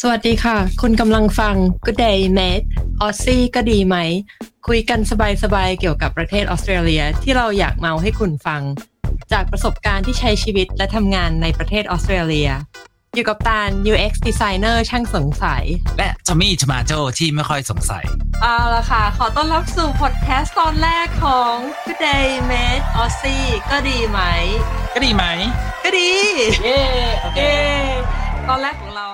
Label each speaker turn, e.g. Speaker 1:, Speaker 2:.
Speaker 1: สวัสดีค่ะ คุณกำลังฟัง Good Day Mate ออซซี่ก็ดีไหม คุยกันสบายๆ เกี่ยวกับประเทศออสเตรเลียที่เราอยากเมาให้คุณฟัง จากประสบการณ์ที่ใช้ชีวิตและทำงานในประเทศออสเตรเลีย อยู่กับตาล UX Designer ช่างสงสัย
Speaker 2: และทอมมี่ทมาโจที่ไม่ค่อยสงสัย
Speaker 1: เอาละค่ะ ขอต้อนรับสู่พอดแคสต์ตอนแรกของ Good Day Mate ออซซี่ก็ดีไหม
Speaker 2: ก็ดีไหม
Speaker 1: ก็ดี
Speaker 2: เย้ โอเค
Speaker 1: เย้ตอนแรกของเรา